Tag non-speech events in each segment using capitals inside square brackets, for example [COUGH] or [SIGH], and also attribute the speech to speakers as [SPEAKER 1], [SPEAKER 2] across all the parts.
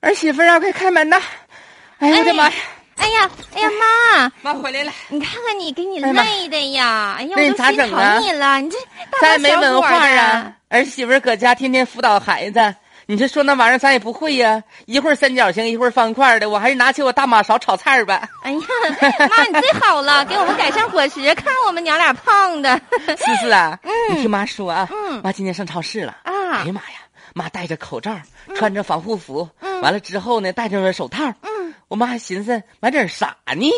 [SPEAKER 1] 儿媳妇儿啊，快开门呐！哎呀，我的妈呀！
[SPEAKER 2] 哎呀，哎呀，妈，
[SPEAKER 1] 妈回来了，
[SPEAKER 2] 你看看你，给你
[SPEAKER 1] 哎呀妈
[SPEAKER 2] 累的呀！哎呀，
[SPEAKER 1] 那
[SPEAKER 2] 我
[SPEAKER 1] 你
[SPEAKER 2] 都
[SPEAKER 1] 咋
[SPEAKER 2] 心
[SPEAKER 1] 整啊
[SPEAKER 2] 疼你了，你这大
[SPEAKER 1] 咱也
[SPEAKER 2] 包
[SPEAKER 1] 没
[SPEAKER 2] 小
[SPEAKER 1] 文
[SPEAKER 2] 裹
[SPEAKER 1] 化
[SPEAKER 2] 的
[SPEAKER 1] 啊！！儿媳妇儿搁家天天辅导孩子，你这说那玩意儿咱也不会呀、一会儿三角形，一会儿方块的，我还是拿起我大马勺炒菜儿吧。
[SPEAKER 2] 哎呀，妈，你最
[SPEAKER 1] [LAUGHS]
[SPEAKER 2] 好了，给我们改善伙食，看我们娘俩胖的 [LAUGHS]
[SPEAKER 1] 思思啊，你听妈说啊，
[SPEAKER 2] 哎嗯
[SPEAKER 1] 妈今天上超市了。
[SPEAKER 2] 啊
[SPEAKER 1] 哎呀！妈呀！妈戴着口罩，穿着防护服，
[SPEAKER 2] 嗯
[SPEAKER 1] 完了之后呢，戴着手套。
[SPEAKER 2] 嗯，
[SPEAKER 1] 我妈还寻思买点啥呢，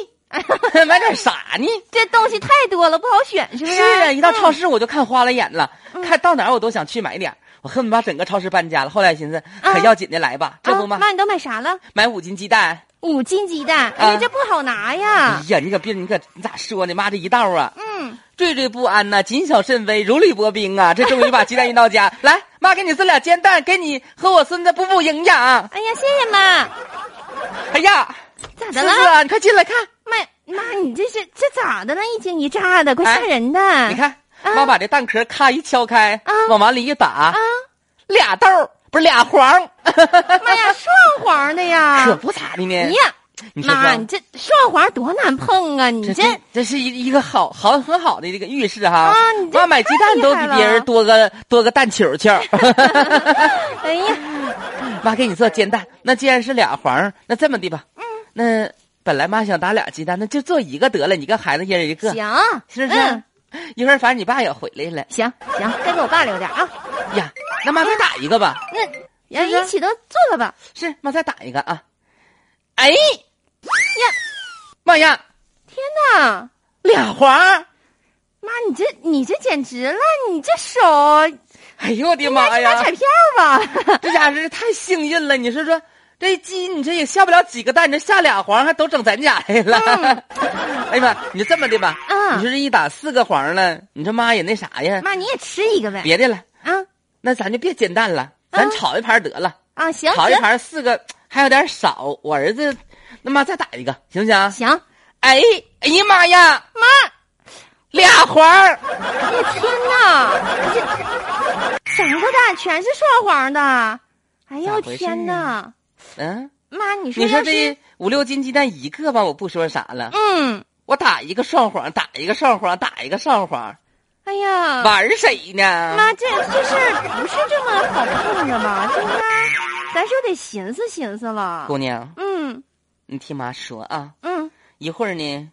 [SPEAKER 1] 买点啥呢？
[SPEAKER 2] 这东西太多了，不好选，是不嗯
[SPEAKER 1] 是啊，一到超
[SPEAKER 2] 市，
[SPEAKER 1] 市我就看花了眼了，看到哪儿我都想去买点儿我恨不得把整个超市搬家了。后来寻思，
[SPEAKER 2] 啊
[SPEAKER 1] 可要紧的来吧，这
[SPEAKER 2] 啊
[SPEAKER 1] 不嘛，
[SPEAKER 2] 妈，你都买啥了？
[SPEAKER 1] 买五斤鸡蛋。
[SPEAKER 2] 五斤鸡蛋，哎呀，
[SPEAKER 1] 啊
[SPEAKER 2] 这不好拿
[SPEAKER 1] 哎
[SPEAKER 2] 呀！
[SPEAKER 1] 呀，你可别，你可你咋说呢？妈这一道啊，
[SPEAKER 2] 啊嗯，
[SPEAKER 1] 惴惴不安呐、谨小慎微，如履薄冰啊。这终于把鸡蛋运到
[SPEAKER 2] [LAUGHS]
[SPEAKER 1] 家，来，妈给你送俩煎蛋，给你和我孙子补补营养啊。
[SPEAKER 2] 哎呀，谢谢妈，
[SPEAKER 1] 哎呀，
[SPEAKER 2] 咋
[SPEAKER 1] 思
[SPEAKER 2] 嗯的了？
[SPEAKER 1] 思啊，你快进来看，
[SPEAKER 2] 妈妈，你这是这咋的了？一惊一乍的，怪吓
[SPEAKER 1] 哎
[SPEAKER 2] 人的。
[SPEAKER 1] 你看，
[SPEAKER 2] 啊
[SPEAKER 1] 妈把这蛋壳咔一敲开
[SPEAKER 2] 啊，
[SPEAKER 1] 往碗里一打
[SPEAKER 2] 啊，，
[SPEAKER 1] 俩豆儿 [LAUGHS] 不是俩黄，
[SPEAKER 2] 妈呀，双黄的呀！
[SPEAKER 1] 可不咋的呢
[SPEAKER 2] 哎。呀，
[SPEAKER 1] 你说
[SPEAKER 2] 妈，
[SPEAKER 1] 说
[SPEAKER 2] 你这双黄多难碰啊！你
[SPEAKER 1] 这
[SPEAKER 2] 这
[SPEAKER 1] 这这是一一个好好很好的这个预示哈。
[SPEAKER 2] 啊你这
[SPEAKER 1] 妈买鸡蛋都比别人多个多个蛋球球。
[SPEAKER 2] 哎呀，
[SPEAKER 1] [LAUGHS] 妈给你做煎蛋，那既然是俩黄，那这么的吧，嗯，那本来妈想打俩鸡蛋，那就做一个得了，你跟孩子一人一个，
[SPEAKER 2] 行，
[SPEAKER 1] 是不是？
[SPEAKER 2] 嗯，
[SPEAKER 1] 一会儿反正你爸也回来了
[SPEAKER 2] 行行，该给我爸留点啊。
[SPEAKER 1] 呀，那妈再打一个吧，
[SPEAKER 2] 那呀，
[SPEAKER 1] 是不是
[SPEAKER 2] 一起都做了吧？
[SPEAKER 1] 是妈再打一个啊。哎呀，
[SPEAKER 2] 呀，
[SPEAKER 1] 妈呀，
[SPEAKER 2] 天哪！
[SPEAKER 1] 俩黄！
[SPEAKER 2] 妈，你这你这简直了！你这手
[SPEAKER 1] 哎呦我的
[SPEAKER 2] 应该
[SPEAKER 1] 妈
[SPEAKER 2] 是打
[SPEAKER 1] 呀
[SPEAKER 2] 彩！票吧？ [LAUGHS]
[SPEAKER 1] [LAUGHS] 这家真是太幸运了，你说说，这鸡你这也下不了几个蛋，你这下俩黄还都整咱家来了。 [LAUGHS] 哎呀妈，你就这么的吧，
[SPEAKER 2] 嗯
[SPEAKER 1] 你说这一打四个黄了，你说妈也那啥呀，
[SPEAKER 2] 妈，你也吃一个呗？
[SPEAKER 1] 别的了，
[SPEAKER 2] 啊
[SPEAKER 1] 那咱就别煎蛋了，咱
[SPEAKER 2] 嗯
[SPEAKER 1] 炒一盘得了，
[SPEAKER 2] 啊，行
[SPEAKER 1] 炒一
[SPEAKER 2] 行
[SPEAKER 1] 盘四个还有点少，我儿子，那妈再打一个行不行啊？
[SPEAKER 2] 行，
[SPEAKER 1] 哎，哎呀妈呀，
[SPEAKER 2] 妈。
[SPEAKER 1] 俩黄，
[SPEAKER 2] 哎呀天哪！这三个蛋全是双黄的，哎
[SPEAKER 1] 咋
[SPEAKER 2] 呦
[SPEAKER 1] 回事啊
[SPEAKER 2] 天哪！
[SPEAKER 1] 嗯，
[SPEAKER 2] 妈，你说
[SPEAKER 1] 你说
[SPEAKER 2] 要是
[SPEAKER 1] 这五六斤鸡蛋一个吧，我不说啥了，
[SPEAKER 2] 嗯，
[SPEAKER 1] 我打一个上黄，打一个上黄，打一个上黄。
[SPEAKER 2] 哎呀，
[SPEAKER 1] 玩谁呢？
[SPEAKER 2] 妈，这这事儿不是这么好碰的吧？这应该咱是不是得寻思寻思了
[SPEAKER 1] 姑。娘，
[SPEAKER 2] 嗯
[SPEAKER 1] 你听妈说啊，
[SPEAKER 2] 嗯
[SPEAKER 1] 一会儿呢，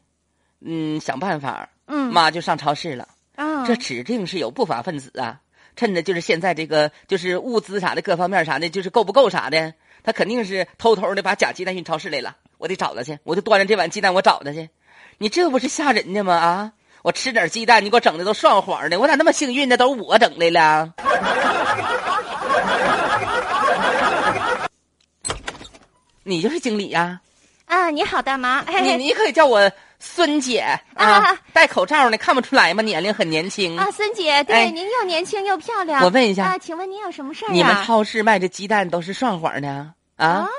[SPEAKER 1] 嗯，想办法，
[SPEAKER 2] 嗯，
[SPEAKER 1] 妈就上超市了。
[SPEAKER 2] 啊，
[SPEAKER 1] 这指定是有不法分子啊，趁着就是现在这个就是物资啥的各方面啥的，就是够不够啥的，他肯定是偷偷的把假鸡蛋运超市来了。我得找他去，我就端着这碗鸡蛋我找他去。你这不是吓人的吗？啊！我吃点鸡蛋，你给我整的都上黄的，我咋那么幸运呢？都是我整的了。 [LAUGHS] 你就是经理呀、
[SPEAKER 2] 啊，你好，大妈。嘿
[SPEAKER 1] 你
[SPEAKER 2] 嘿
[SPEAKER 1] 你可以叫我孙姐啊
[SPEAKER 2] 啊！
[SPEAKER 1] 戴口罩呢，看不出来吗？年龄很年轻
[SPEAKER 2] 啊，孙姐，
[SPEAKER 1] 哎
[SPEAKER 2] 对，您又年轻又漂亮。
[SPEAKER 1] 我问一下
[SPEAKER 2] 啊，请问您有什么事儿啊？
[SPEAKER 1] 你们超市卖这鸡蛋都是双黄的啊？啊
[SPEAKER 2] 啊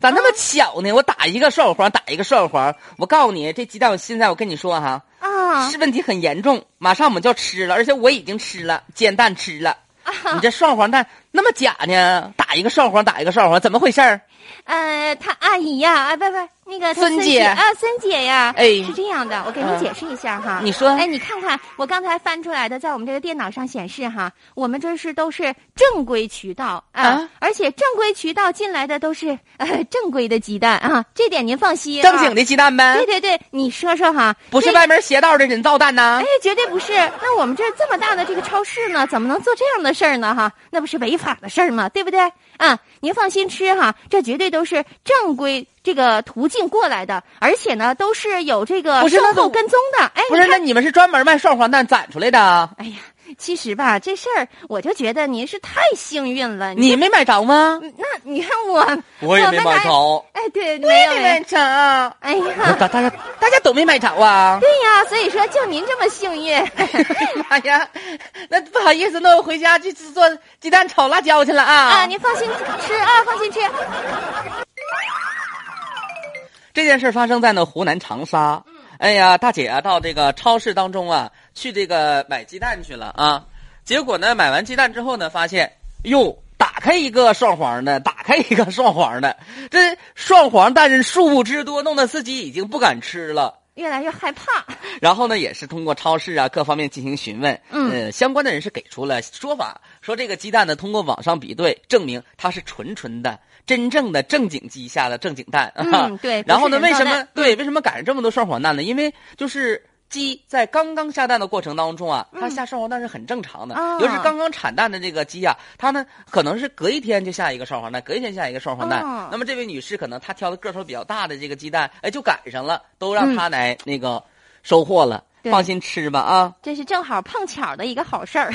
[SPEAKER 1] 咋那么巧呢？我打一个双黄，打一个双黄。我告诉你，这鸡蛋我现在我跟你说哈，
[SPEAKER 2] 啊
[SPEAKER 1] 是问题很严重，马上我们就要吃了，而且我已经吃了煎蛋吃了。
[SPEAKER 2] 啊
[SPEAKER 1] 你这双黄蛋那么假呢？打一个双黄，打一个双黄，怎么回事儿？
[SPEAKER 2] 呃，他阿姨呀，啊，不不，那个她
[SPEAKER 1] 孙姐
[SPEAKER 2] 啊，孙姐呀，
[SPEAKER 1] 哎
[SPEAKER 2] 是这样的，我给
[SPEAKER 1] 啊
[SPEAKER 2] 你解释一下哈。
[SPEAKER 1] 你说
[SPEAKER 2] 哎，你看看我刚才翻出来的，在我们这个电脑上显示哈，我们这是都是正规渠道啊，
[SPEAKER 1] 啊
[SPEAKER 2] 而且正规渠道进来的都是呃正规的鸡蛋啊，这点您放心、啊。
[SPEAKER 1] 正经。的鸡蛋呗
[SPEAKER 2] 对，对对，你说说哈，
[SPEAKER 1] 不是
[SPEAKER 2] 这
[SPEAKER 1] 外面邪道的人造蛋呐
[SPEAKER 2] 哎，。绝对不是。那我们这儿这么大的这个超市呢，怎么能做这样的事儿呢？哈，那不是违法的事儿吗？对不对？啊，您放心吃哈，这绝对都是正规这个途径过来的，而且呢，都是有这
[SPEAKER 1] 不
[SPEAKER 2] 个
[SPEAKER 1] 是那
[SPEAKER 2] 售
[SPEAKER 1] 种
[SPEAKER 2] 后跟踪的。哎，
[SPEAKER 1] 不是，
[SPEAKER 2] 你
[SPEAKER 1] 那
[SPEAKER 2] 看，
[SPEAKER 1] 你们是专门卖双黄蛋攒出来的啊？
[SPEAKER 2] 哎呀，其实吧，这事儿我就觉得您是太幸运了。嗯
[SPEAKER 1] 你没买着吗？
[SPEAKER 2] 那你看我，
[SPEAKER 1] [LAUGHS] 我
[SPEAKER 2] 们还。
[SPEAKER 1] 着，
[SPEAKER 2] 哎，对，
[SPEAKER 1] 我
[SPEAKER 2] 没
[SPEAKER 1] 也
[SPEAKER 2] 有
[SPEAKER 1] 没
[SPEAKER 2] 没
[SPEAKER 1] 买
[SPEAKER 2] 有。
[SPEAKER 1] 着啊。
[SPEAKER 2] 哎
[SPEAKER 1] 不 [LAUGHS] 是
[SPEAKER 2] 呀，
[SPEAKER 1] 大大家大家都没买着啊！
[SPEAKER 2] 对呀，所以说就您这么幸运。
[SPEAKER 1] [LAUGHS] 妈哎呀，那不好意思，那我回家去做鸡蛋炒辣椒去了啊！
[SPEAKER 2] 啊，您放心吃啊，放心吃。
[SPEAKER 1] 这件事发生在呢湖南长沙。哎呀，大姐啊，到这个超市当中啊，去这个买鸡蛋去了啊。结果呢，买完鸡蛋之后呢，发现哟，打开一个双黄的，打开一个双黄的，这双黄但是数目之多，弄得自己已经不敢吃了。
[SPEAKER 2] 越来越害怕。
[SPEAKER 1] 然后呢，也是通过超市啊各方面进行询问，
[SPEAKER 2] 嗯
[SPEAKER 1] 呃，相关的人士给出了说法，说这个鸡蛋呢，通过网上比对证明它是纯纯的、真正的正经鸡下的正经蛋。 [LAUGHS] 啊
[SPEAKER 2] 嗯，对。
[SPEAKER 1] 然后呢，
[SPEAKER 2] 不是
[SPEAKER 1] 为
[SPEAKER 2] 人
[SPEAKER 1] 什
[SPEAKER 2] 造蛋
[SPEAKER 1] 么对为什么赶上这么多双黄蛋呢？因为就是。鸡在刚刚下蛋的过程当中啊，它下双黄蛋是很正常的。
[SPEAKER 2] 嗯啊
[SPEAKER 1] 尤其是刚刚产蛋的这个鸡啊，它呢可能是隔一天就下一个双黄蛋，隔一天下一个双黄蛋。
[SPEAKER 2] 哦
[SPEAKER 1] 那么这位女士可能她挑的个头比较大的这个鸡蛋，哎，就赶上了，都让她来那个收获了。
[SPEAKER 2] 嗯对
[SPEAKER 1] 放心吃吧啊！
[SPEAKER 2] 这是正好碰巧的一个好事儿。